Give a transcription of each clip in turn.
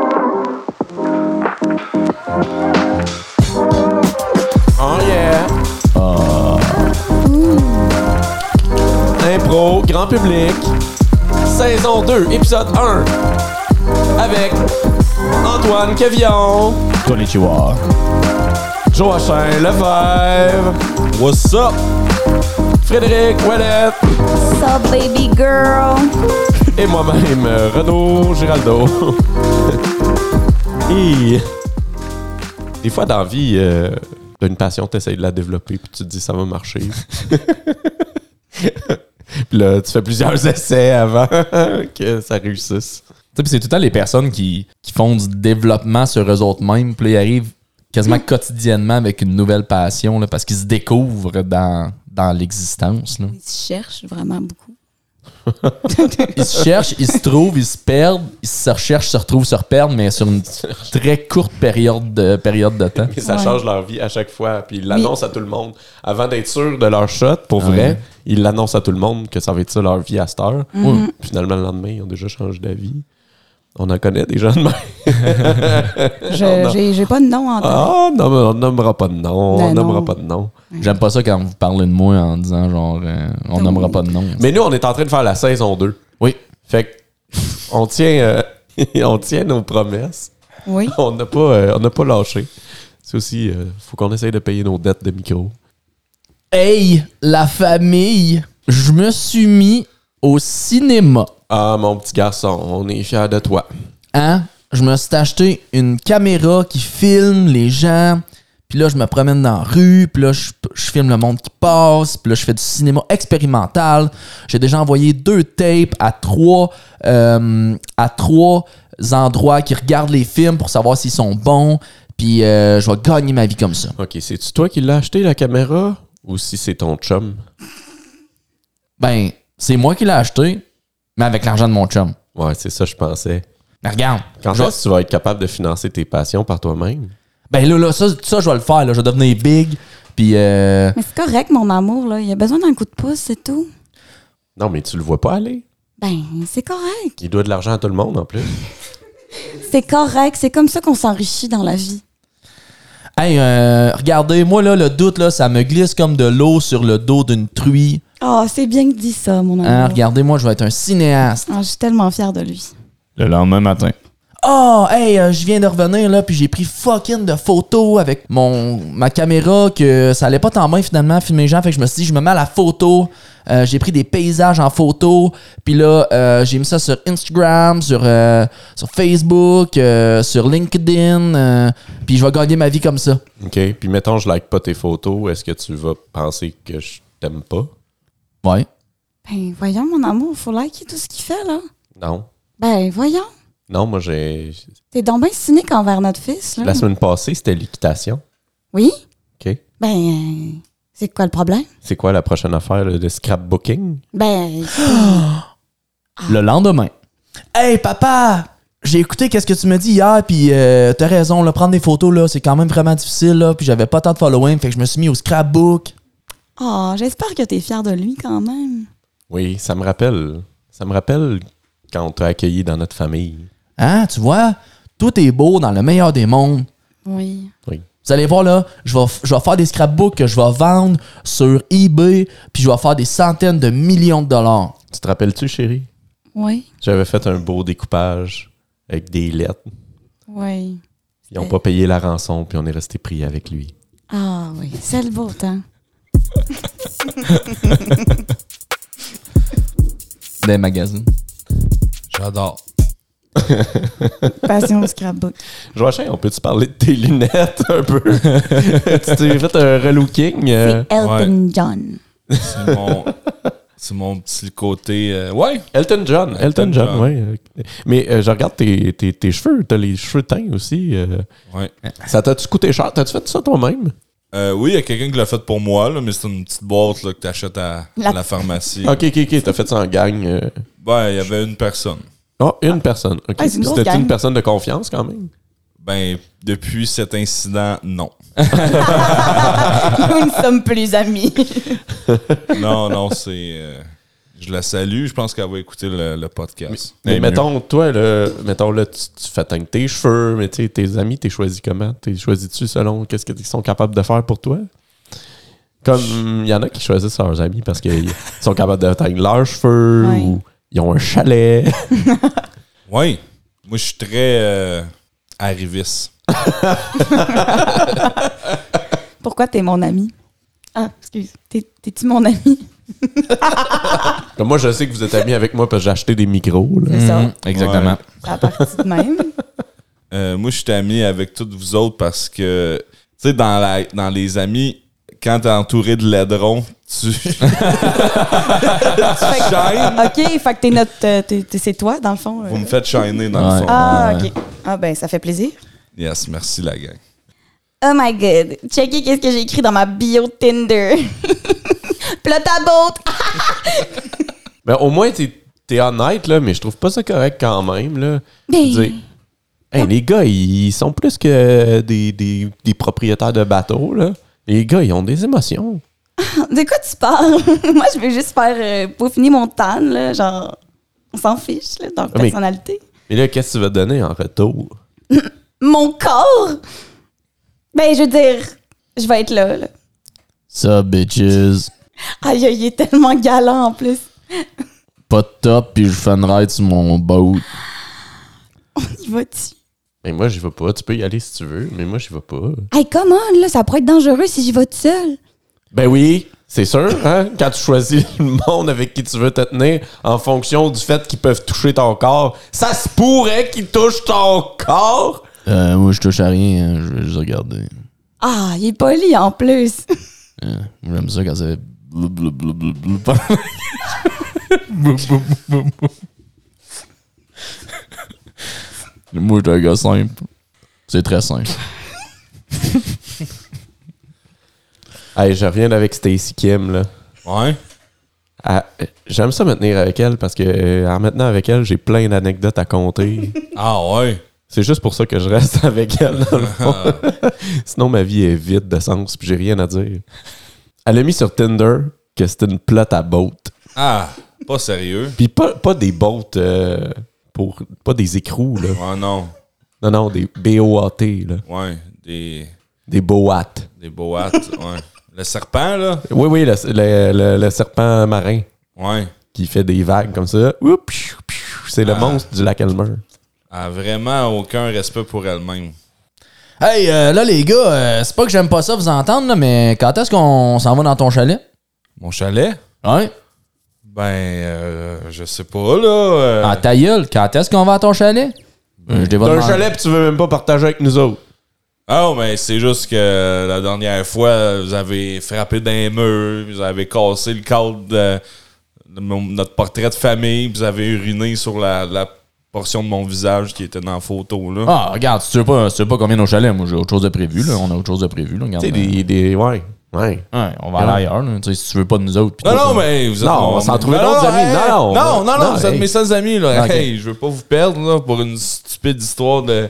Oh, Ah. Impro, grand public, saison 2, épisode 1, avec Antoine Cavillon, Konnichiwa. Joachim Lefebvre, What's up? Frédéric Ouellette What's up, baby girl? et moi-même, euh, Renaud Giraldo. et des fois, dans la vie, euh, t'as une passion, t'essayes de la développer, puis tu te dis ça va marcher. puis là, tu fais plusieurs essais avant que ça réussisse. Tu sais, puis c'est tout le temps les personnes qui, qui font du développement sur eux autres mêmes, puis là, ils arrivent quasiment quotidiennement avec une nouvelle passion, là, parce qu'ils se découvrent dans, dans l'existence. là. Ils se cherchent vraiment beaucoup. Ils se cherchent, ils se trouvent, ils se perdent, ils se recherchent, se retrouvent, se reperdent, mais sur une très courte période de, période de temps. Et ça Ouais. change leur vie à chaque fois. Puis ils l'annoncent à tout le monde. Avant d'être sûr de leur shot, pour vrai, Ouais. ils l'annoncent à tout le monde que ça va être ça leur vie à cette heure. Mhm. Puis Finalement, le lendemain, ils ont déjà changé d'avis. On en connaît des gens de même. Je- Euh, non. J'ai j'ai pas de nom en tête. Ah, non, mais on nommera pas de nom. Ben on nommera non. pas de nom. J'aime pas ça quand vous parlez de moi en disant genre euh, on nommera pas de nom. Mais nous, on est en train de faire la saison 2. Oui. Fait que, on tient, euh, on tient nos promesses. Oui. On n'a pas, euh, on n'a pas lâché. C'est aussi, euh, faut qu'on essaye de payer nos dettes de micro. Hey, la famille, je me suis mis au cinéma. Ah, mon petit garçon, on est fiers de toi. hein, je me suis acheté une caméra qui filme les gens. Puis là, je me promène dans la rue, puis là, je, je filme le monde qui passe, puis là, je fais du cinéma expérimental. J'ai déjà envoyé deux tapes à trois, euh, à trois endroits qui regardent les films pour savoir s'ils sont bons. Puis euh, je vais gagner ma vie comme ça. OK, c'est-tu toi qui l'as acheté, la caméra? Ou si c'est ton chum? Ben, c'est moi qui l'ai acheté, mais avec l'argent de mon chum. Ouais, c'est ça, je pensais. Mais regarde, Quand je- est-ce que tu vas être capable de financer tes passions par toi-même? ben là, là, ça, ça, je vais le faire. Là. Je vais devenir big, puis... euh, Mais c'est correct, mon amour, là. Il a besoin d'un coup de pouce, c'est tout. Non, mais tu le vois pas aller. Ben, c'est correct. Il doit de l'argent à tout le monde, en plus. C'est correct. C'est comme ça qu'on s'enrichit dans la vie. Hey, euh, regardez, moi là, le doute là, ça me glisse comme de l'eau sur le dos d'une truie. Oh, c'est bien que dit ça, mon amour. Hein, regardez, moi, je vais être un cinéaste. Ah, je suis tellement fière de lui. Le lendemain matin. Oh, hey, euh, je viens de revenir là, puis j'ai pris fucking de photos avec mon ma caméra que ça allait pas tant bien finalement filmer les gens. Fait que je me suis dit, je me mets à la photo. Euh, j'ai pris des paysages en photo, puis là, euh, j'ai mis ça sur Instagram, sur euh, sur Facebook, euh, sur LinkedIn, euh, puis je vais gagner ma vie comme ça. OK. Puis mettons, je like pas tes photos, est-ce que tu vas penser que je t'aime pas? Ouais. Ben, voyons, mon amour, faut liker tout ce qu'il fait, là. Non. Ben, voyons. Non, moi, j'ai. T'es donc bien cynique envers notre fils, là. La semaine passée, c'était l'équitation. Oui? OK. Ben, euh, c'est quoi le problème? C'est quoi la prochaine affaire là, de scrapbooking? Ben, Le lendemain. Hey papa, j'ai écouté qu'est-ce que tu me dis hier puis euh, t'as raison, là, prendre des photos là, c'est quand même vraiment difficile là, puis j'avais pas tant de following, fait que je me suis mis au scrapbook. oh, j'espère que t'es fière de lui quand même. Oui, ça me rappelle. Ça me rappelle quand on t'a accueilli dans notre famille. Hein, tu vois, tout est beau dans le meilleur des mondes. Oui. Oui. Vous allez voir là, je vais, f- je vais faire des scrapbooks que je vais vendre sur eBay, puis je vais faire des centaines de millions de dollars. Tu te rappelles-tu, chérie? Oui. J'avais fait un beau découpage avec des lettres. Oui. Ils n'ont pas payé la rançon, puis on est resté pris avec lui. Ah oui, c'est le hein. beau temps. Des magazines. J'adore. Passion au scrapbook. Joachim, on peut-tu parler de tes lunettes un peu? tu t'es fait un relooking. euh, c'est Elton John. C'est mon, c'est mon petit côté. euh, ouais. Elton John. Elton, Elton John, John. oui. Mais euh, je regarde tes, tes, tes cheveux. T'as les cheveux teints aussi. euh. ouais. Ça t'a-tu coûté cher? T'as-tu fait ça toi-même? Euh, oui, il y a quelqu'un qui l'a fait pour moi, là, mais c'est une petite boîte là, que tu achètes à La- la, pharmacie. Ok, ok, ok. T'as fait ça en gang. euh. Ben, il y avait une personne. Oh, une personne. ok. Ah, c'est une grosse C'était gang. une personne de confiance quand même. Ben, depuis cet incident, non. Nous ne sommes plus amis. Non, non, c'est. euh, je la salue. Je pense qu'elle va écouter le, le podcast. Mais Eh, mettons, toi, là, mettons, là, tu, tu fais teindre tes cheveux, mais tu sais, tes amis, t'es choisi comment? T'es choisi-tu selon qu'est-ce qu'ils sont capables de faire pour toi? Comme il y en a qui choisissent leurs amis parce qu'ils sont capables d'atteindre leurs cheveux Ouais. ou ils ont un chalet. Oui. Moi, je suis très euh, arriviste. Pourquoi t'es mon ami? Ah, excuse. T'es- T'es-tu mon ami? Comme moi, je sais que vous êtes amis avec moi parce que j'ai acheté des micros. là. C'est Mhm. ça. Exactement. Ça a parti de même. Euh, moi, je suis ami avec toutes vous autres parce que, tu sais, dans, la- dans les amis, quand t'es entouré de laidrons, tu. Fait que- Shine. OK, fait que t'es notre. euh, t'es- t'es- c'est toi, dans le fond. euh. Vous me faites shiner dans le Ouais. fond. Ah, OK. Ah, ben, ça fait plaisir. Yes, merci la gang. Oh my god. Checkez qu'est-ce que j'ai écrit dans ma bio Tinder. Plot à boat. Mais au moins, t'es es honnête, là, mais je trouve pas ça correct quand même. Là. Ben- Je veux dire, hey, les gars, ils sont plus que des, des- des propriétaires de bateaux. Là. Les gars, ils ont des émotions. De quoi tu parles? Moi, je veux juste faire euh, peaufiner mon tan, là. Genre, on s'en fiche, là, dans mais- personnalité. Mais là, qu'est-ce que tu vas te donner en retour? Mon corps? Ben, je veux dire, je vais être là, là. Ça, bitches. Aïe, aïe, il est tellement galant en plus. Pas de top, puis je fais une ride sur mon boat. Il va dessus. Mais Ben, moi, j'y vais pas. Tu peux y aller si tu veux, mais moi, j'y vais pas. Hey, come on, là, ça pourrait être dangereux si j'y vais toute seule. Ben oui, c'est sûr, hein? Quand tu choisis le monde avec qui tu veux te tenir en fonction du fait qu'ils peuvent toucher ton corps, ça se pourrait qu'ils touchent ton corps! Euh, moi, je touche à rien, hein, je vais juste regarder. Ah, il est poli en plus. J'aime ça quand c'est. Moi, je suis un gars simple. C'est très simple. Hey, je reviens avec Stacy Kim, là. Ouais. Ah, euh, J'aime ça me tenir avec elle parce que euh, en maintenant avec elle, j'ai plein d'anecdotes à compter. Ah ouais. C'est juste pour ça que je reste avec elle, dans le fond. Sinon, ma vie est vide de sens puis j'ai rien à dire. Elle a mis sur Tinder que c'était une plot à boat. Ah, pas sérieux. Puis pas, pas des boats euh, pour. pas des écrous, là. Ouais, non. Non, non, des BOAT, là. Ouais. Des, Des boats. des boates. ouais. Le serpent, là. Oui, oui, le, le- le- le serpent marin Ouais. qui fait des vagues comme ça. Oups, pfiou, pfiou. C'est le Ah. monstre du lac Elmer. A vraiment aucun respect pour elle-même. Hey, euh, là, les gars, euh, c'est pas que j'aime pas ça vous entendre, là, mais quand est-ce qu'on s'en va dans ton chalet? Mon chalet? Hein? Ben, euh, je sais pas, là. euh, En Ah, ta gueule, quand est-ce qu'on va à ton chalet? Euh, je t'ai pas T'as un demandé. chalet puis tu veux même pas partager avec nous autres. Ah, mais c'est juste que la dernière fois, vous avez frappé d'un mur, vous avez cassé le cadre de, de mon- notre portrait de famille, vous avez uriné sur la, la portion de mon visage qui était dans la photo, là. Ah, regarde, si tu sais pas, si tu sais pas combien nos chalets, moi j'ai autre chose de prévu, là. On a autre chose de prévu, là. Regarde, Tu sais, euh, des, des. Ouais, ouais. ouais, on va aller ailleurs, là. Tu sais, si tu veux pas de nous autres. pis Non, tout, non, là. mais vous êtes Non, mon- on va s'en trouver Non, d'autres non, amis. hey, Non, non, non, on non, va- non, non, vous êtes hey. mes seuls amis, là. Ok. Hey, je veux pas vous perdre, là, pour une stupide histoire de.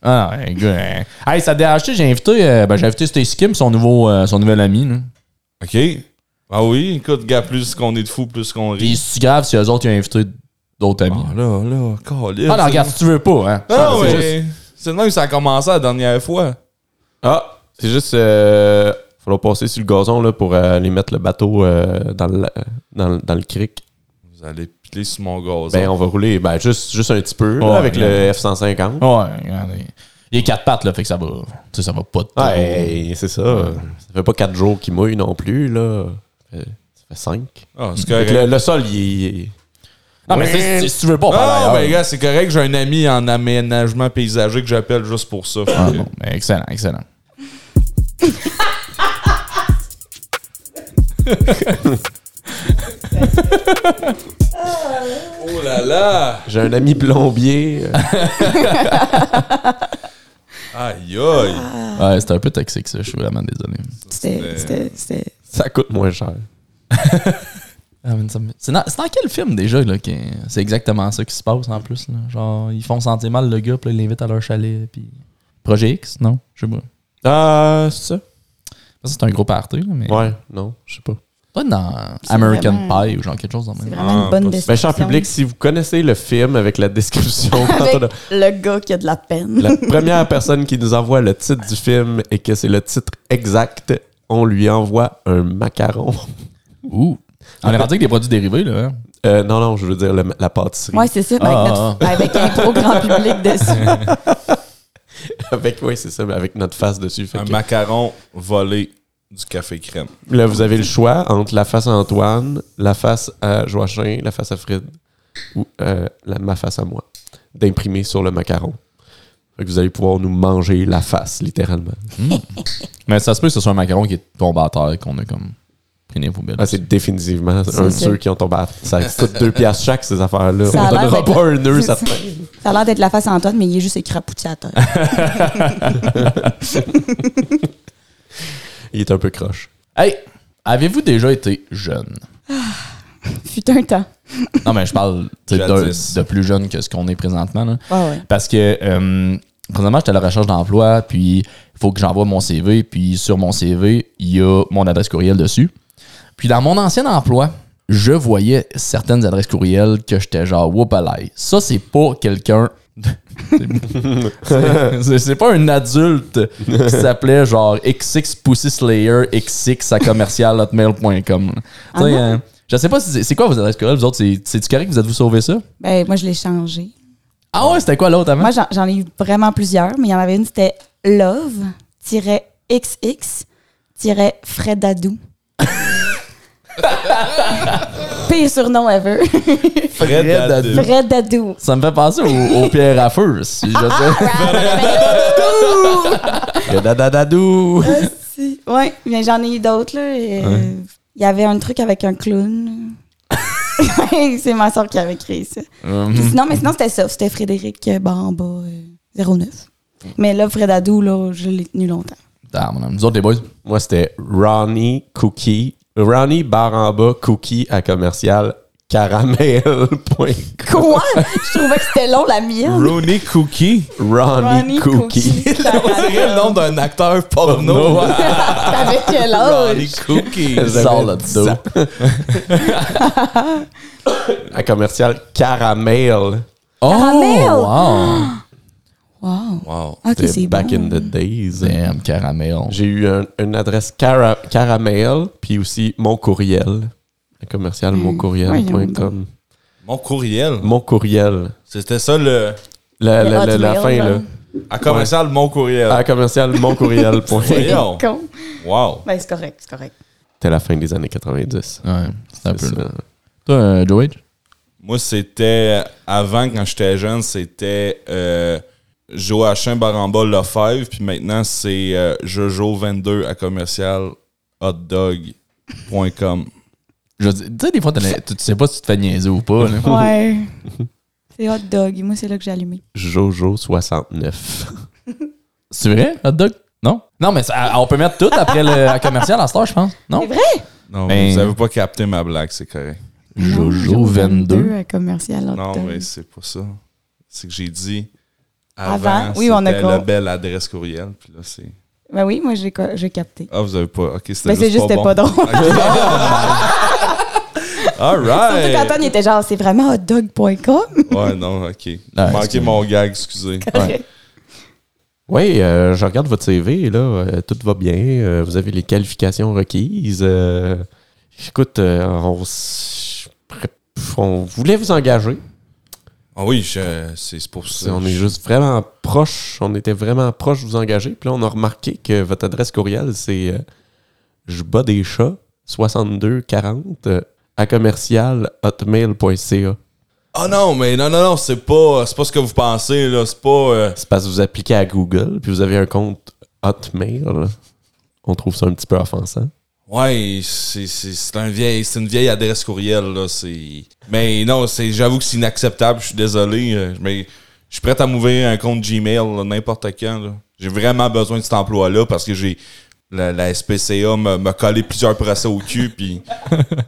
Ah, ouais, gars. hein. Hey, ça te dérange j'ai invité, euh, ben, j'ai invité Stacy Kim, son nouveau, euh, son nouvel ami, là. OK. Ah oui, écoute, gars, plus qu'on est de fous, plus qu'on Pis rit. c'est grave si eux autres ils ont invité d'autres amis. Ah là, là, câlisse. Ah, non, regarde, si tu veux pas, hein. Ah, C'est juste- ouais. C'est là que ça a commencé la dernière fois. Ah, c'est juste. Euh, falloir passer sur le gazon là, pour euh, aller mettre le bateau euh, dans, le, dans, le- dans le creek. Vous allez piler sur mon gaz. Ben, on va rouler ben, juste, juste un petit peu là, Ouais, avec le ouais. F-150. Ouais, regarde. il- Il est quatre pattes, là, fait que ça va. Tu sais, ça va pas de tout. Ouais, c'est ça. Ça fait pas quatre jours qu'il mouille non plus, là. Ça fait- ça fait cinq. Ah, c'est Fait correct. que le, le sol, il est- il est. Non, mais c'est- c'est- si tu veux pas, on parle Ah, ailleurs. ben, gars, c'est correct. J'ai un ami en aménagement paysager que j'appelle juste pour ça. Ah, bon, ben, excellent, excellent. Oh là là! J'ai un ami plombier. euh, Aïe aïe! Ouais, c'était un peu toxique, ça. Je suis vraiment désolé. C'était. c'était- c'était- ça coûte moins cher. Ah, C'est dans, c'est dans quel film déjà là que c'est exactement ça qui se passe en plus là? Genre ils font sentir mal le gars puis là, ils l'invitent à leur chalet puis Projet X non je sais pas Ah, c'est ça? Euh, ça c'est un gros party là, mais Ouais, non, je sais pas. pas dans C'est American vraiment- Pie ou genre quelque chose dans le C'est même vraiment Ah, une bonne Ben, pas- description. cher public, si vous connaissez le film avec la description, quand on a- Avec le gars qui a de la peine. la première personne qui nous envoie le titre du film et que c'est le titre exact, on lui envoie un macaron. Ouh. On est rendu avec des produits dérivés, là. hein? Euh, non, non, je veux dire le- la pâtisserie. Ouais, c'est ça, mais Ah, avec, notre- avec un gros grand public dessus. Avec, oui, c'est ça, mais avec notre face dessus. Fait Un que- macaron volé du café crème. là, vous avez le choix entre la face à Antoine, la face à Joachim, la face à Fred ou euh, la, ma face à moi, d'imprimer sur le macaron. Fait que vous allez pouvoir nous manger la face, littéralement. Mais ça se peut que ce soit un macaron qui est tombé à terre, qu'on a comme. Prenez vos belles. Ah, c'est définitivement C'est un de ça. ceux qui ont tombé à Ça coûte deux piastres chaque, ces affaires-là. Ça On a l'air donnera d'être- pas un nœud, ça Ça te a l'air d'être la face à Antoine, mais il est juste écrapouti à terre. Il est un peu croche. Hey! Avez-vous déjà été jeune? Fut un temps. Non, mais je parle tu sais, de, Jadis. de plus jeune que ce qu'on est présentement. Là. Ah ouais. Parce que euh, présentement, j'étais à la recherche d'emploi, puis il faut que j'envoie mon CV, puis sur mon CV, il y a mon adresse courriel dessus. Puis dans mon ancien emploi, je voyais certaines adresses courriels que j'étais genre whoopalaï. Ça, c'est pas quelqu'un. c'est- c'est c'est pas un adulte qui s'appelait genre XX Pussy Slayer XX à commercial hotmail.com. Ah Tu sais, euh, je sais pas si c'est- c'est quoi vos adresses courriels, vous autres, c'est- c'est-tu correct que vous êtes vous sauvé ça? Ben, moi, je l'ai changé. Ah ouais, c'était quoi l'autre avant? Moi, j'en j'en ai eu vraiment plusieurs, mais il y en avait une, c'était love-xx-fredadou. Pire surnom ever. Fred, Fred Adou. Adou. Fredadou. Ça me fait penser au, au pierre à feu. Si je Ah, sais. Dadadadou! Si. Ouais, mais j'en ai eu d'autres, là. et, euh, Il y avait un truc avec un clown. Ouais, c'est ma soeur qui avait créé ça. Puis sinon, mais sinon, c'était ça. C'était Frédéric Bamba euh, 09. Mais là, Fredadou, là, je l'ai tenu longtemps. Ah, mon homme. Nous autres, les boys. Moi, c'était Ronnie Cookie. Ronnie barre en bas cookie à commercial caramel.com. Quoi? je trouvais que c'était long, la mienne. Rooney Cookie. Ronnie Cookie. le nom d'un acteur porno. Avec quel âge? Cookie. J'avais Sors le dix ans. à commercial caramel. Oh, Caramel. wow. Wow. Wow. Ok, C'était c'est back bon. in the days. Damn, caramel. J'ai eu un- une adresse cara- caramel, puis aussi mon courriel. À commercial moncourriel.com. Mon courriel. Mon courriel. C'était ça le. La, Le la- la- la Hotmail, fin, genre. là. À commercial, mon courriel. À commercial moncourriel.com. Voyons. Con. Wow. Ben, c'est correct, c'est correct. C'était la fin des années 90. Ouais, c'est un peu là. Ça. Toi, euh, Joe H? Moi, c'était. Avant, quand j'étais jeune, c'était euh, Joachim Baramba Lefebvre. Puis maintenant, c'est euh, Jojo22 à commercial hotdog.com. Je dis- Tu sais, des fois, t'en as- tu tu sais pas si tu te fais niaiser ou pas. là. Ouais. c'est hot dog. Et moi, c'est là que j'ai allumé. Jojo69. C'est vrai, hot dog? Non? Non, mais ça- on peut mettre tout après le à commercial à cette heure, je pense. Non? C'est vrai? Non, Ben- vous avez pas capté ma blague, c'est correct. Jojo 22. à euh, commercial hot Non, dog. mais c'est pas ça. C'est que j'ai dit avant, Avant, oui, on a c'était quoi? la belle adresse courriel. Puis là, c'est. Ben oui, moi, j'ai co- j'ai capté. Ah, vous avez pas. Ok, c'était Ben, c'est juste, pas, c'était pas bon. drôle. All Surtout right. quand Antoine il était genre, c'est vraiment hotdog.com. Ouais, non, ok. Manquez excuse-moi. mon gag, excusez. Correct. Oui, euh, je regarde votre CV, là, euh, tout va bien, euh, vous avez les qualifications requises. euh, écoute, euh, on, s- on voulait vous engager, Ah oui, je- c'est c'est pour ça. on est juste vraiment proche, on était vraiment proche de vous engager, puis là, on a remarqué que votre adresse courriel, c'est euh, je bats des chats 6240 euh, à commercial hotmail.ca. Ah non, mais non, non, non, c'est pas, c'est pas ce que vous pensez, là. C'est pas. euh, C'est parce que vous appliquez à Google, puis vous avez un compte hotmail. On trouve ça un petit peu offensant. Ouais, c'est- c'est c'est un vieil, c'est une vieille adresse courriel, là. c'est- Mais non, c'est j'avoue que c'est inacceptable, je suis désolé. euh, Mais je suis prêt à m'ouvrir un compte Gmail, là, n'importe quand, là. J'ai vraiment besoin de cet emploi-là parce que j'ai. La, la SPCA m'a m'a collé plusieurs procès au cul, puis.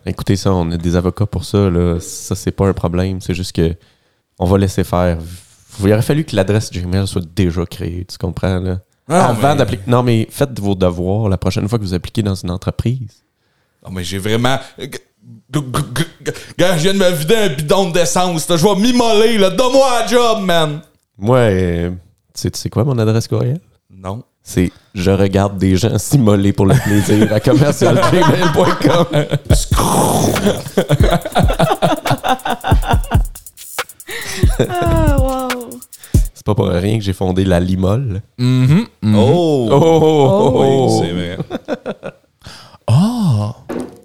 Écoutez ça, on a des avocats pour ça. Là. Ça, c'est pas un problème. C'est juste que on va laisser faire. Il aurait fallu que l'adresse Gmail soit déjà créée, tu comprends? Là? Avant Ah, mais- d'appliquer. Non, mais faites vos devoirs la prochaine fois que vous appliquez dans une entreprise. Non, mais j'ai vraiment. euh, Gars, je viens de me vider un bidon d'essence, là. Je vais m'immoler, là. Donne-moi un job, man! Moi, euh, tu sais, tu sais quoi mon adresse courriel? Non. C'est je regarde des gens s'immoler pour le plaisir à commercialgmail.com. Ah, wow. C'est pas pour rien que j'ai fondé la Limol. Oh! Oh, oh, oh, oh, Oui, oh. c'est vrai.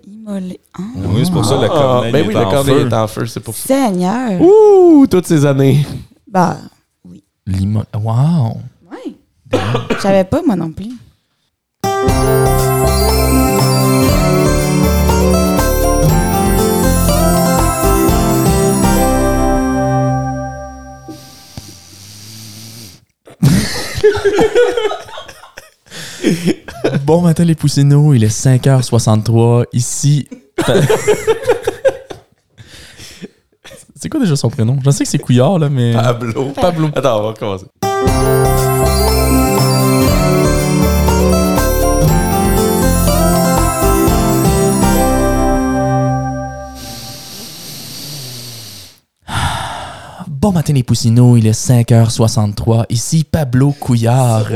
Immolé. Ah, Oui, c'est pour ça le Ah, corneille ben oui, est le en corneille feu. est en feu, c'est pour ça. Seigneur. Ouh, toutes ces années. Bah, Limon. Wow. ouais. Je savais pas, moi non plus. Bon matin, les poussinots. Il est 5h63. Ici. c'est quoi déjà son prénom? Je sais que c'est Couillard, là, mais. Pablo. Pablo. Attends, on va commencer. Bon matin, les poussinots. Il est 5h63. Ici, Pablo Couillard.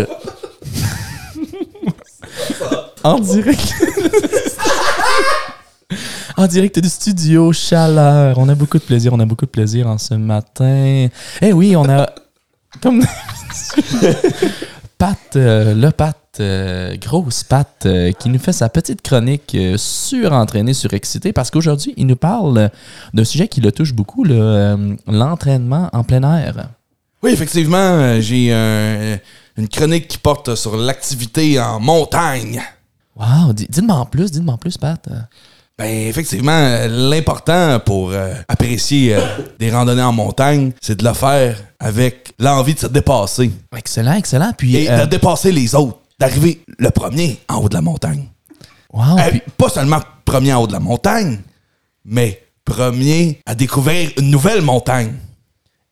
en direct. en direct du studio Chaleur. On a beaucoup de plaisir. On a beaucoup de plaisir en ce matin. Eh oui, on a. Comme. Pat, euh, le Pat, euh, grosse Pat, euh, qui nous fait sa petite chronique euh, surentraînée, surexcitée, parce qu'aujourd'hui, il nous parle d'un sujet qui le touche beaucoup, le, euh, l'entraînement en plein air. Oui, effectivement, euh, j'ai un- une chronique qui porte sur l'activité en montagne. Wow, di- dites-moi en plus, dites-moi en plus, Pat. Euh, Ben effectivement, euh, l'important pour euh, apprécier euh, des randonnées en montagne, c'est de le faire avec l'envie de se dépasser Excellent, excellent. Puis, et euh, de dépasser les autres, d'arriver le premier en haut de la montagne. wow, Euh, puis- pas seulement premier en haut de la montagne, mais premier à découvrir une nouvelle montagne.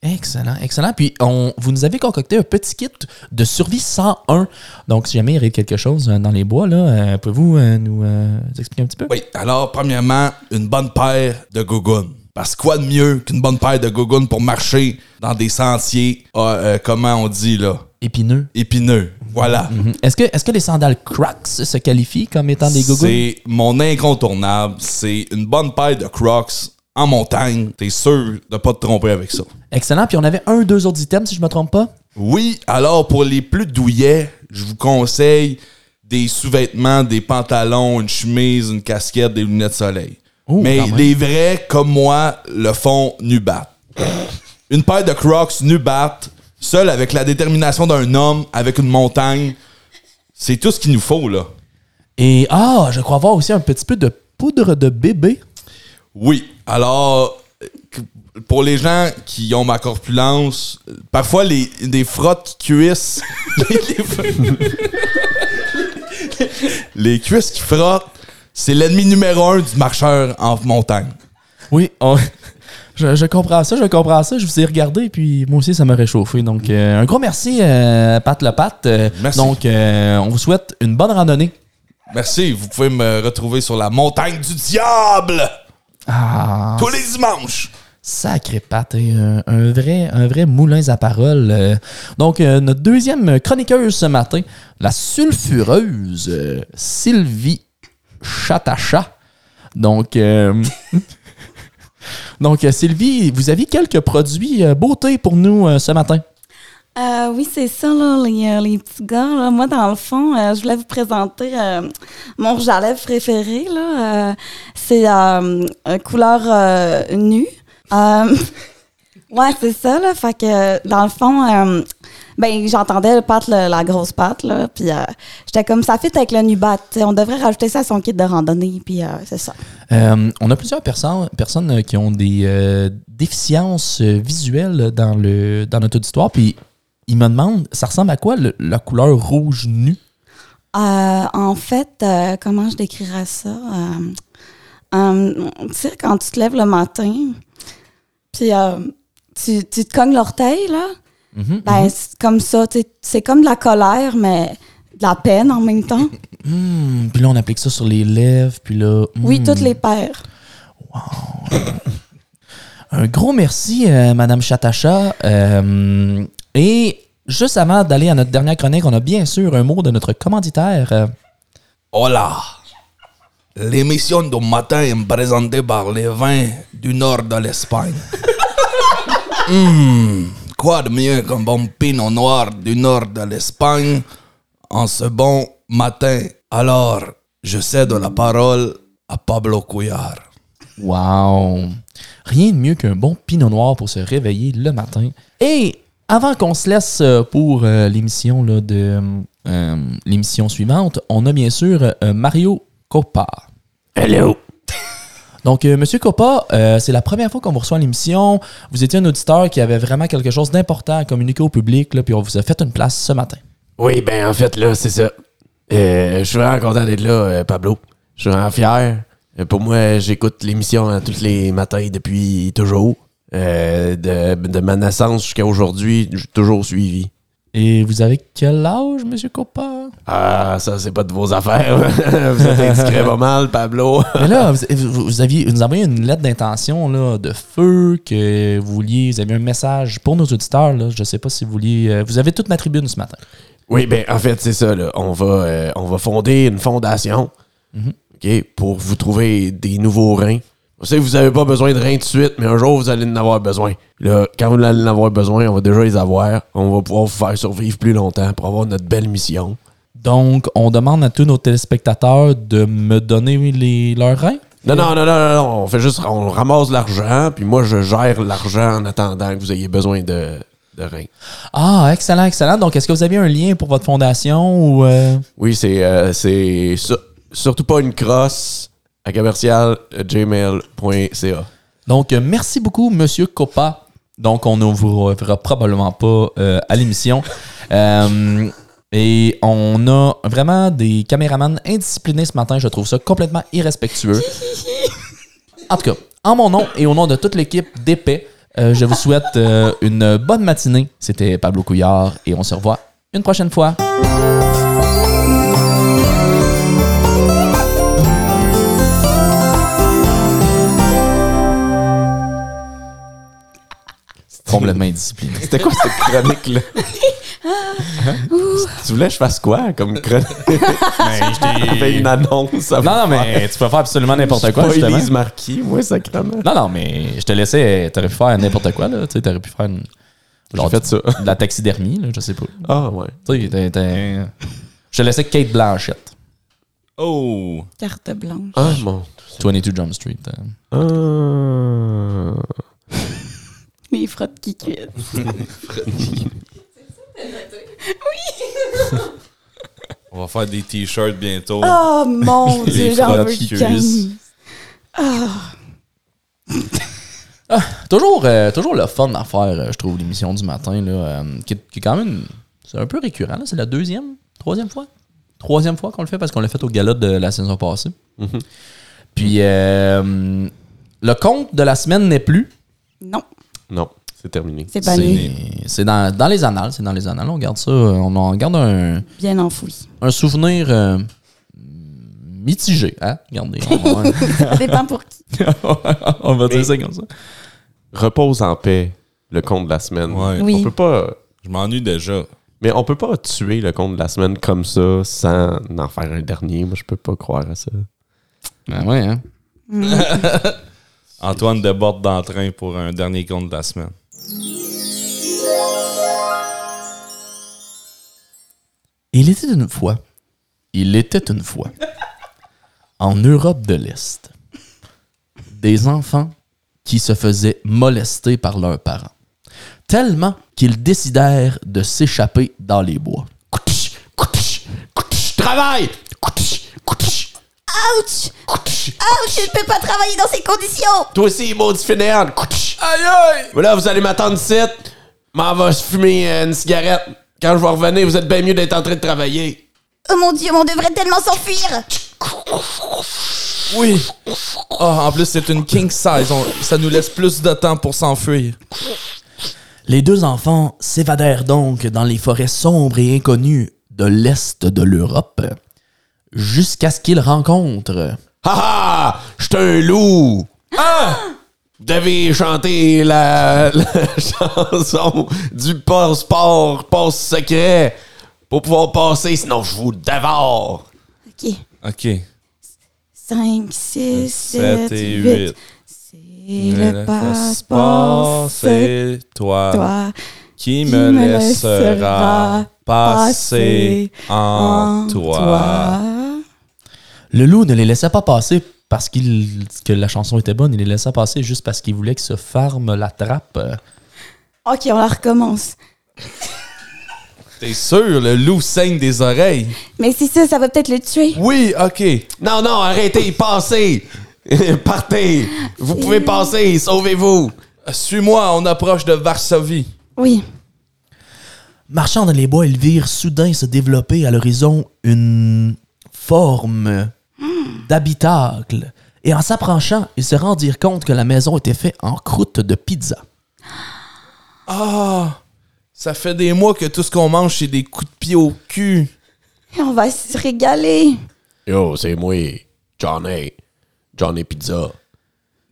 excellent, excellent. Puis, on, vous nous avez concocté un petit kit de survie 101. Donc, si jamais il arrive quelque chose euh, dans les bois, là, euh, pouvez-vous euh, nous euh, nous expliquer un petit peu? Oui, alors premièrement, une bonne paire de gougounes. Parce que quoi de mieux qu'une bonne paire de gougounes pour marcher dans des sentiers, ah, euh, comment on dit là, Épineux. épineux. Voilà. Mhm. Est-ce que, est-ce que les sandales Crocs se qualifient comme étant des gogo? C'est mon incontournable. C'est une bonne paire de Crocs en montagne. T'es sûr de pas te tromper avec ça. Excellent. Puis on avait un, deux autres items, si je me trompe pas. Oui, alors pour les plus douillets, je vous conseille des sous-vêtements, des pantalons, une chemise, une casquette, des lunettes de soleil. Oh, Mais quand même. les vrais, comme moi, le font nubat. une paire de Crocs nubat, seul avec la détermination d'un homme, avec une montagne, c'est tout ce qu'il nous faut, là. Et ah, je crois avoir aussi un petit peu de poudre de bébé. Oui. Alors, que- pour les gens qui ont ma corpulence, euh, parfois les des frottes qui cuissent. les, les fr- les cuisses qui frottent, c'est l'ennemi numéro un du marcheur en montagne. Oui, on- je, je comprends ça, je comprends ça. Je vous ai regardé, puis moi aussi, ça m'a réchauffé. Donc, euh, un gros merci, euh, Pat le Pat. Euh, Merci. Donc, euh, on vous souhaite une bonne randonnée. Merci, vous pouvez me retrouver sur la montagne du diable Ah, tous les dimanches. sacré Pat, et, euh, un vrai, un vrai moulin à parole. euh. Donc, euh, notre deuxième chroniqueuse ce matin, la sulfureuse euh, Sylvie Chatacha. Donc, euh, donc euh, Sylvie, vous aviez quelques produits euh, beauté pour nous euh, ce matin. Euh, oui, c'est ça, là, les, euh, les petits gars. là. Moi, dans le fond, euh, je voulais vous présenter euh, mon rouge à lèvres préféré. là. Euh, c'est euh, euh, couleur euh, nue. Euh, ouais, c'est ça. Là. Fait que, euh, dans le fond, euh, ben, j'entendais le pâte, le- la grosse pâte. Là, puis euh, j'étais comme, ça fit avec le nubat. T'sais, On devrait rajouter ça à son kit de randonnée. Puis euh, c'est ça. Euh, on a plusieurs personnes, personnes euh, qui ont des euh, déficiences euh, visuelles dans, le, dans notre auditoire. Puis ils me demandent, ça ressemble à quoi le- la couleur rouge nue? Euh, en fait, euh, comment je décrirais ça? Euh, euh, tu sais, quand tu te lèves le matin, puis euh, tu, tu te cognes l'orteil, là, ben, c'est comme ça, tu sais, c'est comme de la colère, mais de la peine en même temps. Hmm, puis là, on applique ça sur les lèvres. Puis là, hmm. Oui, toutes les paires. Un gros merci, euh, Madame Chatacha. Euh, et Juste avant d'aller à notre dernière chronique, on a bien sûr un mot de notre commanditaire. euh, Hola. L'émission du matin est présentée par les vins du nord de l'Espagne. Hmm, quoi de mieux qu'un bon pinot noir du nord de l'Espagne en ce bon matin Alors, je cède la parole à Pablo Couillard. Wow! Rien de mieux qu'un bon pinot noir pour se réveiller le matin. Et avant qu'on se laisse euh, pour euh, l'émission là, de euh, l'émission suivante, on a bien sûr euh, Mario Coppa. Hello. Donc, euh, Monsieur Coppa, euh, c'est la première fois qu'on vous reçoit à l'émission. Vous étiez un auditeur qui avait vraiment quelque chose d'important à communiquer au public, là, puis on vous a fait une place ce matin. Oui, ben en fait, là, c'est ça. Euh, je suis vraiment content d'être là, euh, Pablo. Je suis vraiment fier. Euh, pour moi, j'écoute l'émission hein, tous les matins depuis toujours. Euh, de, de ma naissance jusqu'à aujourd'hui, j'ai toujours suivi. Et vous avez quel âge, Monsieur Coppa? Ah, ça, c'est pas de vos affaires. Vous êtes indiscret pas mal, Pablo. Mais là, vous, vous- vous aviez, vous nous envoyez une lettre d'intention là, de feu que vous vouliez, vous aviez un message pour nos auditeurs. Là, je ne sais pas si vous vouliez. euh, vous avez toute ma tribune ce matin. Oui, ben en fait, c'est ça. là. On, va, euh, on va fonder une fondation OK, pour vous trouver des nouveaux reins. Vous savez, vous n'avez pas besoin de reins tout de suite, mais un jour, vous allez en avoir besoin. Là, quand vous allez en avoir besoin, on va déjà les avoir. On va pouvoir vous faire survivre plus longtemps pour avoir notre belle mission. Donc, on demande à tous nos téléspectateurs de me donner les, leurs reins. Non, non, non, non, non, non, on fait juste, on ramasse l'argent, puis moi, je gère l'argent en attendant que vous ayez besoin de, de reins. Ah, excellent, excellent. Donc, est-ce que vous aviez un lien pour votre fondation ou. euh, Oui, c'est euh, c'est sur- surtout pas une crosse à commercial euh, gmail.ca. Donc, euh, merci beaucoup, Monsieur Coppa. Donc, on ne vous reverra probablement pas euh, à l'émission. Euh, et on a vraiment des caméramans indisciplinés ce matin. Je trouve ça complètement irrespectueux. En tout cas, en mon nom et au nom de toute l'équipe d'épais, euh, je vous souhaite euh, une bonne matinée. C'était Pablo Couillard et on se revoit une prochaine fois. Complètement indiscipliné. C'était quoi cette chronique-là? Hein? tu voulais que je fasse quoi comme chronique? Fais une annonce. Ben, Non, avant. non, mais tu peux faire absolument n'importe Pas Élise Marquis, moi, sacrément. Non, non, mais je te laissais. T'aurais pu faire n'importe quoi, là. Tu sais, t'aurais pu faire une. J'ai fait ça. de la taxidermie, là, je sais pas. Ah, ouais. Tu sais, t'es- t'es- Je te laissais Kate Blanchette, Oh! Carte blanche. Ah, mon. 22 Jump Street. Ah. euh. Les frottes qui cuisent. On va faire des t-shirts bientôt. Oh mon dieu, j'en frottes veux qui une cuisent. caisse. Toujours, euh, toujours le fun à faire, euh, je trouve, l'émission du matin, là, euh, qui, est, qui est quand même. C'est un peu récurrent, là. C'est la deuxième, troisième fois. Troisième fois qu'on le fait parce qu'on l'a fait au gala de la saison passée. Mm-hmm. Puis, euh, le compte de la semaine n'est plus. Non, Non, c'est terminé. c'est banni. C'est- C'est dans, dans les annales, c'est dans les annales. On garde ça, euh, on en garde un, Bien enfoui. un souvenir euh, mitigé. Hein? Regardez, on, Ça dépend pour qui. on va dire ça comme ça. Repose en paix, le compte de la semaine. Ouais. On Oui. peut pas. Je m'ennuie déjà. Mais on peut pas tuer le compte de la semaine comme ça sans en faire un dernier. Moi, je peux pas croire à ça. Ben ouais, hein? Antoine déborde d'entrain pour un dernier compte de la semaine. Il était une fois. Il était une fois. En Europe de l'Est. Des enfants qui se faisaient molester par leurs parents. Tellement qu'ils décidèrent de s'échapper dans les bois. Coutiche, coutiche, coutiche, travail! Coutiche, coutiche, Ouch! coutiche. Ouch! Je ne peux pas travailler dans ces conditions! Toi aussi, maudit fainéant! Aïe aïe! Voilà, vous allez m'attendre ici. M'en va se fumer euh, une cigarette. Quand je vais revenir, vous êtes bien mieux d'être en train de travailler. Oh mon dieu, mais on devrait tellement s'enfuir! Oui. Ah, en plus, c'est une king size. On- ça nous laisse plus de temps pour s'enfuir. Les deux enfants s'évadèrent donc dans les forêts sombres et inconnues de l'Est de l'Europe, jusqu'à ce qu'ils rencontrent Ah! Ha ha! J'suis un loup! Vous devez chanter la, la chanson du passeport, passe secret pour pouvoir passer, sinon je vous dévore. OK. OK. 5, 6, Euh, Sept 7, et 8. huit. C'est le passeport, c'est c'est toi toi. qui qui me me laissera laissera passer passer en toi. Le loup ne les laissait pas passer parce qu'il que la chanson était bonne, il les laissait passer juste parce qu'il voulait que se farme la trappe. OK, on la recommence. T'es sûr, le loup saigne des oreilles? Mais c'est ça, ça va peut-être le tuer. Oui, OK. Non, non, arrêtez, passez! Partez! Vous pouvez passer, sauvez-vous! Suis-moi, on approche de Varsovie. Oui. Marchant dans les bois, ils virent soudain se développer à l'horizon une forme d'habitacle. Et en s'approchant, ils se rendirent compte que la maison était faite en croûte de pizza. Ah, ça fait des mois que tout ce qu'on mange, c'est des coups de pied au cul. On va se régaler. Yo, c'est moi, Johnny. Johnny Pizza.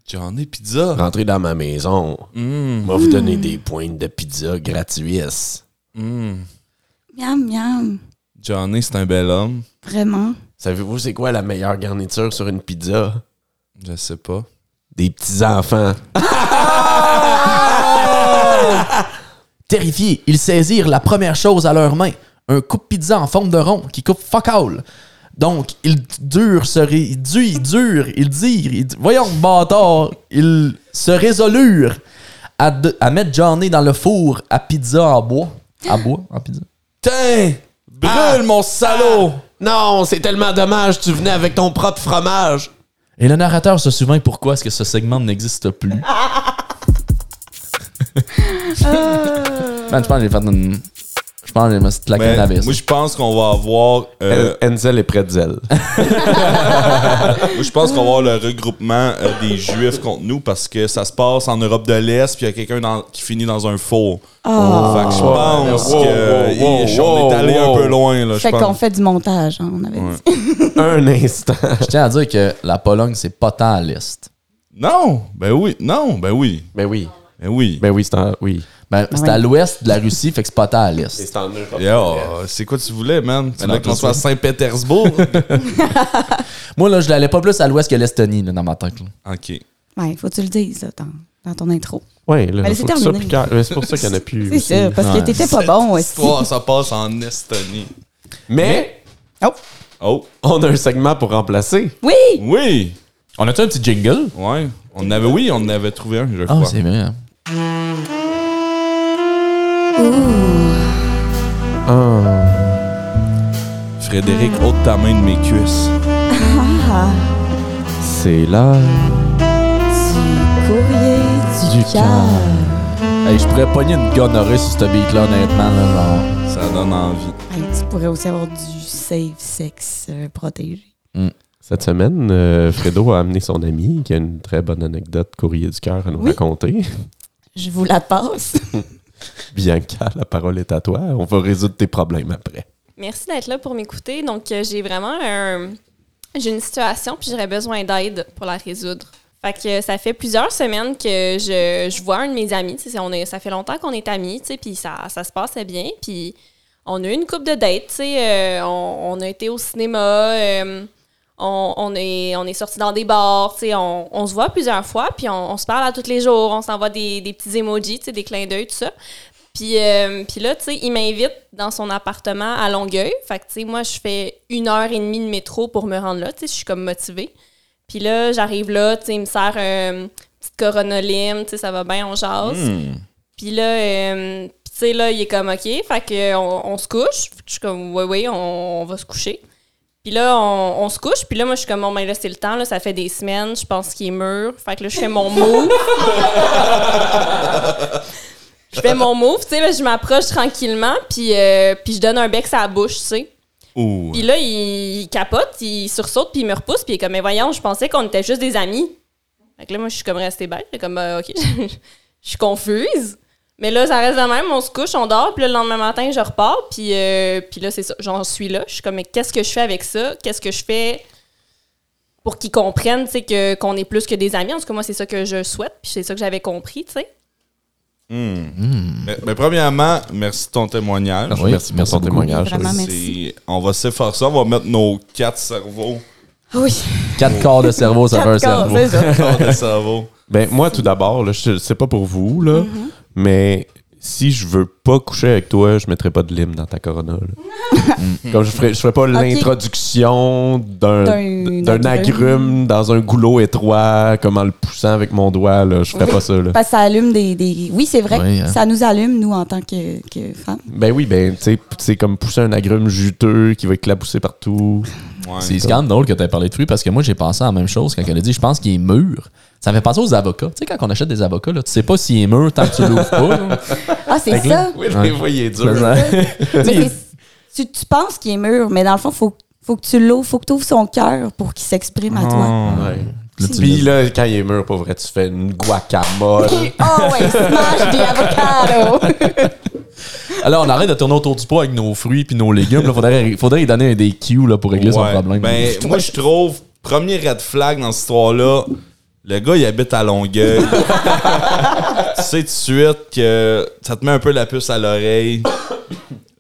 J'en ai pizza. Rentrez dans ma maison. Moi, vous donner des pointes de pizza gratuites. Miam, miam. Johnny, c'est un bel homme. Vraiment. Savez-vous c'est quoi la meilleure garniture sur une pizza? Je sais pas. Des petits-enfants. Terrifiés, ils saisirent la première chose à leurs mains, un coupe pizza en forme de rond qui coupe fuck all. Donc, ils durent, se ré- ils durent, ils durent, ils dirent, ils di- voyons, bâtard, ils se résolurent à, de- à mettre Johnny dans le four à pizza en bois. À bois, en pizza. Tiens! Brûle, Ah, mon salaud! Hein? Ah! Non, c'est tellement dommage, tu venais avec ton propre fromage. Et le narrateur se souvient pourquoi est-ce que ce segment n'existe plus. Man, je pense que j'ai fait une... Je pense que je me suis claqué Mais un abysse. moi, je pense qu'on va avoir. euh, Enzel est près d'elle. moi, je pense qu'on va avoir le regroupement euh, des Juifs contre nous parce que ça se passe en Europe de l'Est, puis il y a quelqu'un dans- qui finit dans un four. Fait que je pense Wow, que wow, wow, je- on est allé wow. un peu loin, là, je Fait qu'on pense. fait du montage, hein, on avait dit. Un instant. Je tiens à dire que la Pologne, c'est pas tant à l'Est. Non! Ben oui, non, ben oui, Ben oui. ben oui. Ben oui, c'est en... Oui. Ben, c'est Ouais. à l'ouest de la Russie, fait que c'est pas tant à l'est. en Europe. Yo, oh, c'est quoi tu voulais, man? Tu voulais non, qu'on je soit à sais. Saint-Pétersbourg? Moi, là, je l'allais pas plus à l'ouest que l'Estonie, là, dans ma tête. là. ok. Ouais, faut que tu le dises, là, dans, dans ton intro. Ouais, là, Mais faut Ben, c'est que ça terminé. plus clair. Mais c'est pour ça qu'il n'y en a plus. C'est aussi. ça, parce que t'étais pas bon aussi. Toi, ça passe en Estonie. Mais Oh, Oh, on a un segment pour remplacer. oui! oui! On a-tu un petit jingle? Ouais, on avait, oui, on avait trouvé un, je Ah, crois. c'est vrai. hein. Frédéric, ôte ta main de mes cuisses. C'est là. Courrier du, Du cœur. Hey, je pourrais pogner une gonorrhée sur ce beat-là, honnêtement. Là, genre. Ça donne envie. Hey, tu pourrais aussi avoir du save sex euh, protégé. Cette semaine, euh, Fredo a amené son ami qui a une très bonne anecdote courrier du cœur à nous Oui. raconter. Je vous la passe. Bianca, la parole est à toi. On va résoudre tes problèmes après. Merci d'être là pour m'écouter. Donc, euh, j'ai vraiment un. J'ai une situation, puis j'aurais besoin d'aide pour la résoudre. Fait que euh, ça fait plusieurs semaines que je, je vois un de mes amis. Tu sais, on est, ça fait longtemps qu'on est amis, tu sais, puis ça, ça se passait bien. Puis on a eu une coupe de dates, tu sais. euh, on, on a été au cinéma, euh, on, on est, on est sortis dans des bars, tu sais. On, on se voit plusieurs fois, puis on, on se parle à tous les jours. On s'envoie des, des petits emojis, tu sais, des clins d'œil, tout ça. Puis, euh, puis là, tu sais, il m'invite dans son appartement à Longueuil. Fait que, tu sais, moi, je fais une heure et demie de métro pour me rendre là. Tu sais, je suis comme motivée. Puis là, j'arrive là, tu sais, il me sert euh, une petite Corona Lime, tu sais, ça va bien, on jase. Puis là, euh, puis tu sais, là, il est comme, OK, fait que, euh, on, on se couche. Puis Je suis comme, oui, oui, on, on va se coucher. Puis là, on, on se couche. Puis là, moi, je suis comme, bon, ben là, c'est le temps. Là, ça fait des semaines. Je pense qu'il est mûr. Fait que là, je fais mon move. je fais mon move, tu sais. là, Je m'approche tranquillement. Puis, euh, puis je donne un bec à la bouche, tu sais. Ouh. Puis là, il, il capote, il sursaute, puis il me repousse, puis il est comme, mais voyons, je pensais qu'on était juste des amis. Fait que là, moi, je suis comme restée bête. J'étais comme, euh, OK, je suis confuse. Mais là, ça reste de même, on se couche, on dort, puis là, le lendemain matin, je repars, puis, euh, puis là, c'est ça, j'en suis là. Je suis comme, mais qu'est-ce que je fais avec ça? Qu'est-ce que je fais? pour qu'ils comprennent tu sais, que- qu'on est plus que des amis. En tout cas, moi, c'est ça que je souhaite, puis c'est ça que j'avais compris, tu sais. Mais, mais premièrement, merci de ton témoignage. Oui, merci pour merci ton beaucoup. témoignage. Vraiment. C'est- merci. On va s'efforcer, on va mettre nos quatre cerveaux, Ah Oui. Quatre quarts de cerveau, ça fait un cerveau. c'est ça. corps de cerveau. Ben, moi, tout d'abord, là, je sais pas pour vous, là, mais si je veux pas coucher avec toi, je mettrai pas de lime dans ta corona. là. Comme je ferais, je ferais pas l'introduction d'un D'un d'un agrume agrume. dans un goulot étroit, comme en le poussant avec mon doigt, là. Je ferais Oui. pas ça, là. Parce que ça allume des. des- Oui, c'est vrai. Oui, hein. Ça nous allume, nous, en tant que, que femmes. Ben oui, ben, tu sais, p- c'est comme pousser un agrume juteux qui va éclabousser partout. Ouais. C'est c'est quand même drôle que tu aies parlé de fruits parce que moi, j'ai pensé à la même chose quand elle a dit je pense qu'il est mûr. Ça me fait penser aux avocats. Tu sais, quand on achète des avocats, là, tu sais pas s'il est mûr tant que tu l'ouvres pas. là. Ah, c'est ça. Oui, je les voyais dur. Mais c'est- tu, tu penses qu'il est mûr, mais dans le fond, faut, faut que tu l'ouvres, faut que tu ouvres son cœur pour qu'il s'exprime à toi. Ouais. Puis là, quand il est mûr, pour vrai, tu fais une Ah. guacamole. He always smash the avocado. Alors, on arrête de tourner autour du pot avec nos fruits puis nos légumes. Il faudrait, faudrait y donner des cues là, pour régler son Ouais. problème. Ben, moi, je trouve, premier red flag dans cette histoire-là, le gars, il habite à Longueuil. tu sais tout de suite que ça te met un peu la puce à l'oreille.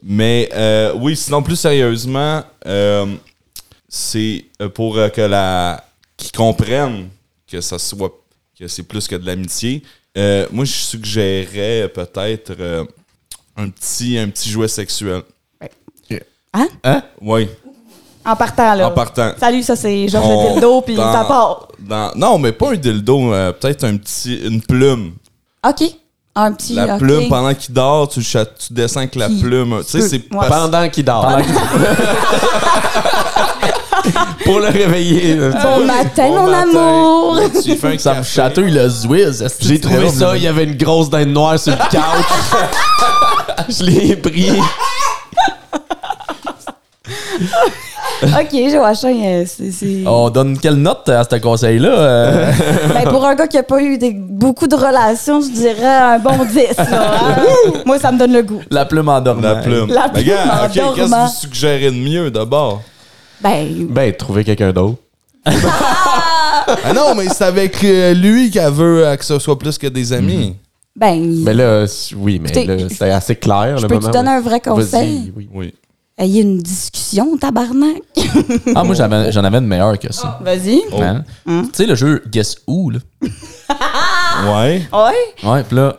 Mais euh, oui, sinon, plus sérieusement, euh, c'est euh, pour euh, que la qu'ils comprennent que ça soit que c'est plus que de l'amitié. Euh, moi, je suggérais euh, peut-être euh, un petit un petit jouet sexuel. Hein? Oui, En partant, là. en partant. Salut, ça, c'est Georges On- le dildo, puis dans- ça part. dans- non, mais pas un dildo, euh, peut-être un petit, une plume. OK. Un petit. La ok. plume, pendant qu'il dort, tu, cha- tu descends avec la Qui- plume. Tu sais, Peu- c'est Ouais. parce- Pendant qu'il dort. Pour le réveiller. Bon matin, Bon mon matin. amour. Ouais, tu fais un ça me café. chatouille le Zwiz. J'ai trouvé ça, il y avait une grosse dinde noire sur le couch. je l'ai pris. OK, Joachim, euh, c'est. c'est- Oh. On donne quelle note à ce conseil-là? euh? Ben, pour un gars qui a pas eu des- beaucoup de relations, je dirais un bon 10. là, hein. Moi, ça me donne le goût. la plume endormie. La plume. La Mais gars, plume ok, en qu'est-ce que dormant. vous suggérez de mieux d'abord? Ben, Ben, trouver quelqu'un d'autre. Ah non, mais c'est avec euh, lui qu'elle veut euh, que ce soit plus que des amis. ben, Mais là, c- oui, mais Écoutez, là, c'était assez clair. je le peux moment te donner où- un vrai conseil? Vas-y, oui. Oui. Ayez une discussion, tabarnak. Ah, moi, j'avais- j'en avais une meilleure que ça. Vas-y. Oh. Hein? Tu sais, le jeu Guess Who, là? Mhm. Ouais. Ouais. Ouais, pis là,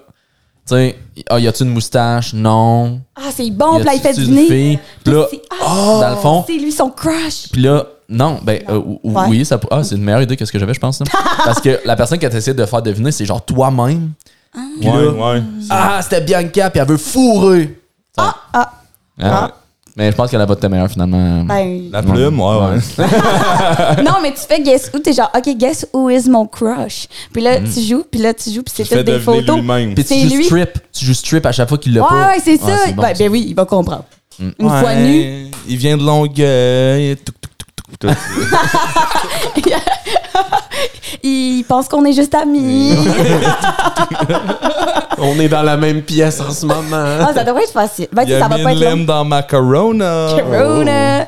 tu sais, ah, y a-tu une moustache? Non. Ah, c'est bon. Y Puis là, il fait a-tu une dîner. fille? Puis Là, ah, c'est- dans le fond. oh, C'est lui son crush. Puis là, non, ben euh, ou- ou- Ouais. oui, ça pour- ah, c'est une meilleure idée que ce que j'avais, je pense. là. Parce que la personne qui a essayé de faire deviner, c'est genre toi-même. Ouais, ouais. Ah, c'était Bianca, puis elle veut fourrer. Ah, Hein? Mais je pense qu'elle a votre meilleure finalement. ben. La plume, ouais, ouais. non, mais tu fais guess who. T'es genre, OK, guess who is mon crush. Puis là, tu joues, puis là, tu joues, puis c'est Mm. Tu fais toutes des deviner photos. lui-même. Puis tu c'est joues lui. strip. Tu joues strip à chaque fois qu'il l'a Ouais, pas. Ah, ouais, c'est ça. bon, ben, ben oui, il va comprendre. Mm. Une fois nu, Il vient de Longueuil. Touc, touc, touc, touc, touc. il pense qu'on est juste amis. On est dans la même pièce en ce moment. hein. Ah, ça devrait être facile. Ben, Il tu sais, ça a va mis pas une être long. lime dans ma corona. Oh. Corona.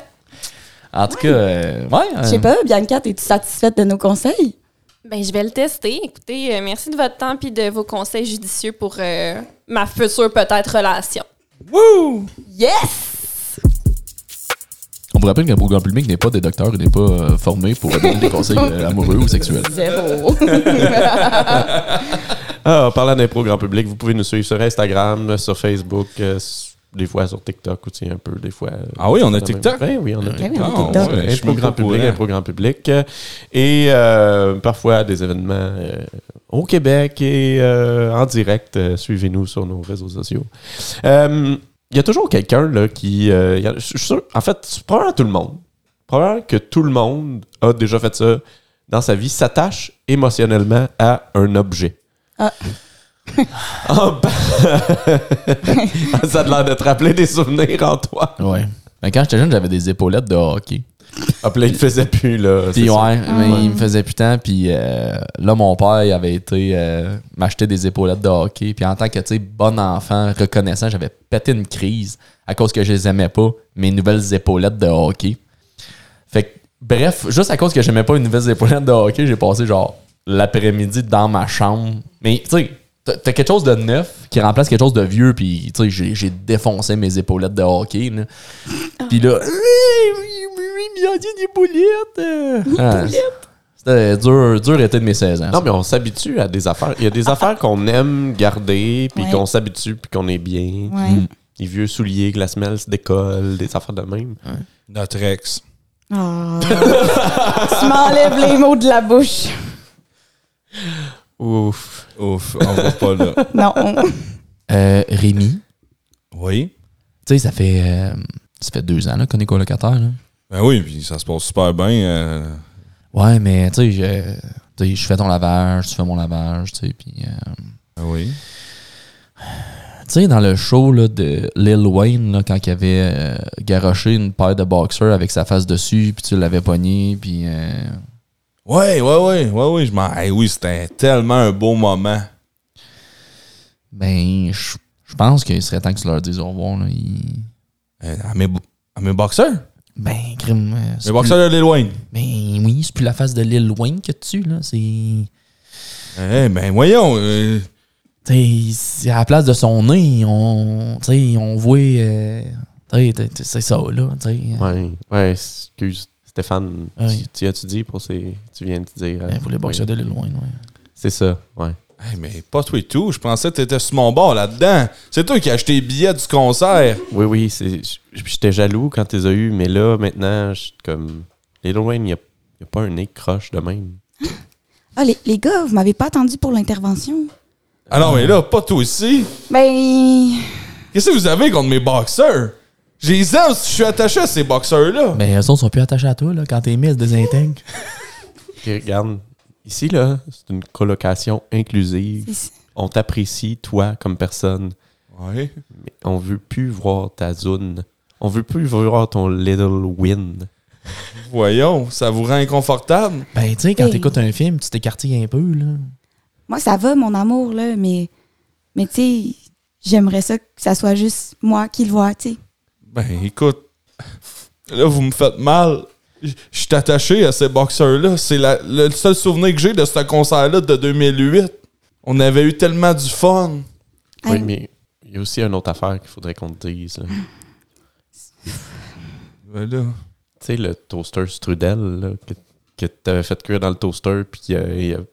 En tout cas, euh, ouais. Je euh, sais pas, Bianca, es-tu satisfaite de nos conseils? Ben, je vais le tester. Écoutez, euh, merci de votre temps et de vos conseils judicieux pour euh, ma future peut-être relation. Yes! On vous rappelle qu'un programme public n'est pas des docteurs, il n'est pas euh, formé pour donner des conseils euh, amoureux ou sexuels. Zéro. Ah, en parlant des programmes publics, vous pouvez nous suivre sur Instagram, sur Facebook, euh, s- des fois sur TikTok aussi un peu, des fois. euh, Ah oui, on a dans la même- TikTok? Ben oui, on a TikTok. oui, on a Ah, TikTok. ouais, je un suis même programme pas au public, courant. un programme public. euh, Et euh, parfois des événements euh, au Québec et euh, en direct. euh, Suivez-nous sur nos réseaux sociaux. Euh, Il y a toujours quelqu'un là, qui. euh, il y a- je suis sûr, en fait, c'est probablement tout le monde. Probablement que tout le monde a déjà fait ça dans sa vie, s'attache émotionnellement à un objet. Ah. En pa- ben, ça a l'air de te rappeler des souvenirs, Antoine. Ouais. Ben, quand j'étais jeune, j'avais des épaulettes de hockey. Ah, puis là, il te faisait plus, là. Puis c'est ouais, ça. mais il me faisait putain. Puis euh, là, mon père, il avait été euh, m'acheter des épaulettes de hockey. Puis en tant que, tu sais, bon enfant, reconnaissant, j'avais pété une crise à cause que je les aimais pas, mes nouvelles épaulettes de hockey. Fait que Bref, juste à cause que j'aimais pas une veste d'épaulette de hockey, j'ai passé genre l'après-midi dans ma chambre. Mais tu sais, t'as- t'as quelque chose de neuf qui remplace quelque chose de vieux, puis tu sais, j'ai- j'ai défoncé mes épaulettes de hockey. là. Puis là, il y a une épaulette. Ah, C'était dur, dur été de mes 16 ans. Non, mais on s'habitue à des affaires. Il y a des affaires qu'on aime garder, puis Ouais. qu'on s'habitue, puis qu'on est bien. Ouais. Mm. Les vieux souliers, que la semelle se décolle, des affaires de même. Notre ex. Ah. tu m'enlèves les mots de la bouche. Ouf. Ouf, on va pas là. Non. on- Euh, Rémi, Oui. tu sais, ça fait euh, ça fait deux ans là, qu'on est colocataire. là. Ben oui, puis ça se passe super bien. euh, Ouais, mais tu sais, je- tu sais, je fais ton lavage, tu fais mon lavage, tu sais, puis. euh, ben oui. Tu sais, dans le show là, de Lil Wayne, là, quand il avait euh, garoché une paire de boxers avec sa face dessus, puis tu l'avais pogné, puis. euh, Ouais, ouais, ouais, ouais, ouais, je m'en. Hey, oui, c'était tellement un beau moment. ben, je je pense qu'il serait temps que tu leur dises au revoir. Là, il- Euh, à, mes, bo- à mes boxeurs? Ben, crime. euh, c'est Mes plus- boxeurs de Lil Wayne. Ben oui, c'est plus la face de Lil Wayne que tu, là. C'est. Eh, ben voyons. euh, Tu sais, c'est à la place de son nez, on. Tu sais, on voit. euh, tu sais, t'es- t'es- c'est ça, là. Tu sais. Ouais, ouais, excuse. Stéphane, tu- Ouais. tu, as-tu dit pour ces. Tu viens de dire. euh, Ben, pour les boxeurs oui. de Lil Wayne, ouais. C'est ça, ouais. hey, mais pas toi et tout. Je pensais que t'étais sur mon bord là-dedans. C'est toi qui as acheté les billets du concert. Oui, oui, c'est- j- j'étais jaloux quand tu les as eu, mais là, maintenant, je suis comme. Lil Wayne, il n'y a, il y a pas un nez croche de même. Ah, les, les gars, vous m'avez pas attendu pour l'intervention. Ah non, mais là, pas toi aussi. Ben. Qu'est-ce que vous avez contre mes boxeurs? J'ai les aime si je suis attaché à ces boxeurs-là. Ben, eux autres sont plus attachés à toi, là. Quand t'es mis, ils se désintègrent. Puis regarde, ici, là, c'est une colocation inclusive. c'est- On t'apprécie, toi, comme personne. Ouais. Mais on veut plus voir ta zone. On veut plus voir ton Little Win. Voyons, ça vous rend inconfortable? Ben, tu sais, quand Hey. t'écoutes un film, tu t'écartilles un peu, là. Moi, ça va, mon amour, là, mais. Mais, tu sais, j'aimerais ça que ça soit juste moi qui le vois, tu sais. Ben écoute, là, vous me faites mal. Je je suis attaché à ces boxeurs-là. C'est la- le seul souvenir que j'ai de ce concert-là de 2008. On avait eu tellement du fun. Oui, Hey, mais il y a aussi une autre affaire qu'il faudrait qu'on te dise. là. Tu Ben là, sais, le toaster Strudel, là, que, que t'avais fait cuire dans le toaster, puis qu'il y a- il y a-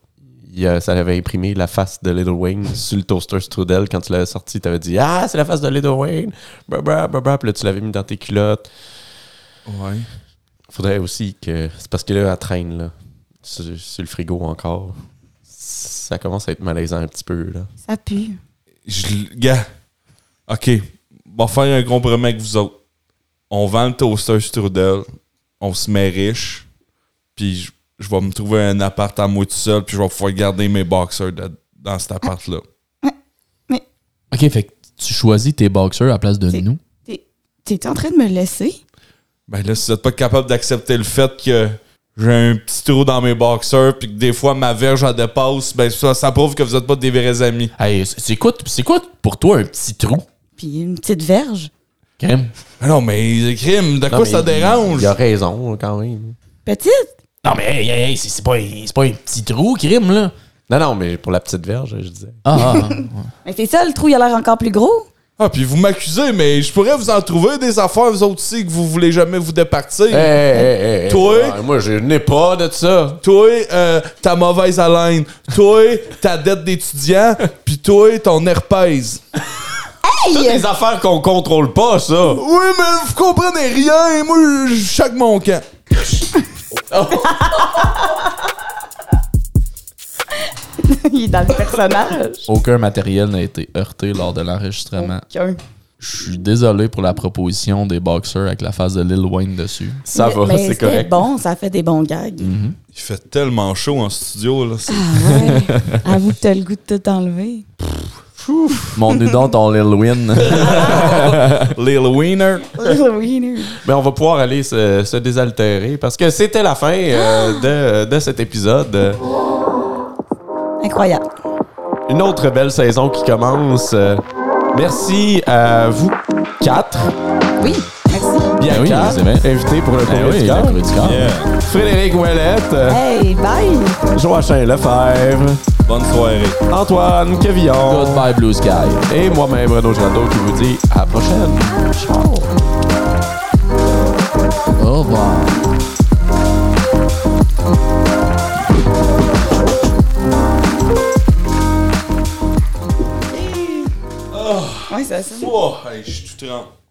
il y a- ça avait imprimé la face de Little Wayne sur le toaster Strudel. Quand tu l'avais sorti, t'avais dit Ah, c'est la face de Little Wayne! Bah, Bra, bra, bra, bra. Puis là, tu l'avais mis dans tes culottes. ouais. Faudrait aussi que. C'est parce que là, elle traîne, là. Sur, sur le frigo encore. Ça commence à être malaisant un petit peu, là. Ça pue. Je, l- gars, OK, on va faire un compromis avec vous autres. On vend le toaster Strudel, on se met riche, puis je, je vais me trouver un appart à moi tout seul, puis je vais pouvoir garder mes boxers de- dans cet appart-là. OK, fait que tu choisis tes boxers à la place de C'est- nous. T'es-tu en train de me laisser? Ben là, si vous êtes pas capable d'accepter le fait que j'ai un petit trou dans mes boxers, puis que des fois ma verge en dépasse, ben ça, ça prouve que vous êtes pas des vrais amis. Hey, c'est c'est quoi, c'est quoi pour toi un petit trou? Puis une petite verge? Crème? Ah non, mais crime, de quoi ça dérange? Il a raison, quand même. Petite? Non, mais hey, hey, hey, c'est c'est pas, un- c'est pas un petit trou, crime, là. Non, non, mais pour la petite verge, je disais. Ah, ah, Mais c'est ça, le trou, il a l'air encore plus gros. Ah, puis vous m'accusez, mais je pourrais vous en trouver des affaires, vous autres aussi, que vous voulez jamais vous départir. Hey, hey, hey, hey, Toi? ouais, moi, je n'ai Eh, pas de ça. Toi, euh, ta mauvaise haleine. Toi, ta dette d'étudiant. Puis toi, ton herpès. Toutes les affaires qu'on contrôle pas, ça. Oui, mais vous comprenez rien. Moi, je chaque mon camp. il est dans le personnage. Aucun matériel n'a été heurté lors de l'enregistrement. Aucun. Je suis désolé pour la proposition des boxers avec la face de Lil Wayne dessus. Ça Mais- va, mais c'est c'était correct. Mm. bon, ça fait des bons gags. Il fait tellement chaud en studio, là. c'est- Ah ouais. Avoue que t'as le goût de tout enlever. Mon nous donc ton Lil Wayne. Lil Wiener. Little wiener. Mais on va pouvoir aller se, se désaltérer parce que c'était la fin euh, de, de cet épisode. Incroyable. Une autre belle saison qui commence. Euh, Merci à vous quatre. Oui, Merci. Ah Bianca, oui, c'est bien. Eh invité pour le Ben Eh courrier oui, du la corps. Corée du Corps. Yeah. Frédéric Ouellette, Hey, bye! Joachim Lefebvre, Bonne soirée. Antoine Quevillon Goodbye, Blue Sky. et moi-même Renaud Jadot qui vous dit à la prochaine. Ciao! Au revoir. Ouais, c'est ça. Oh, hey, je suis tout trempé.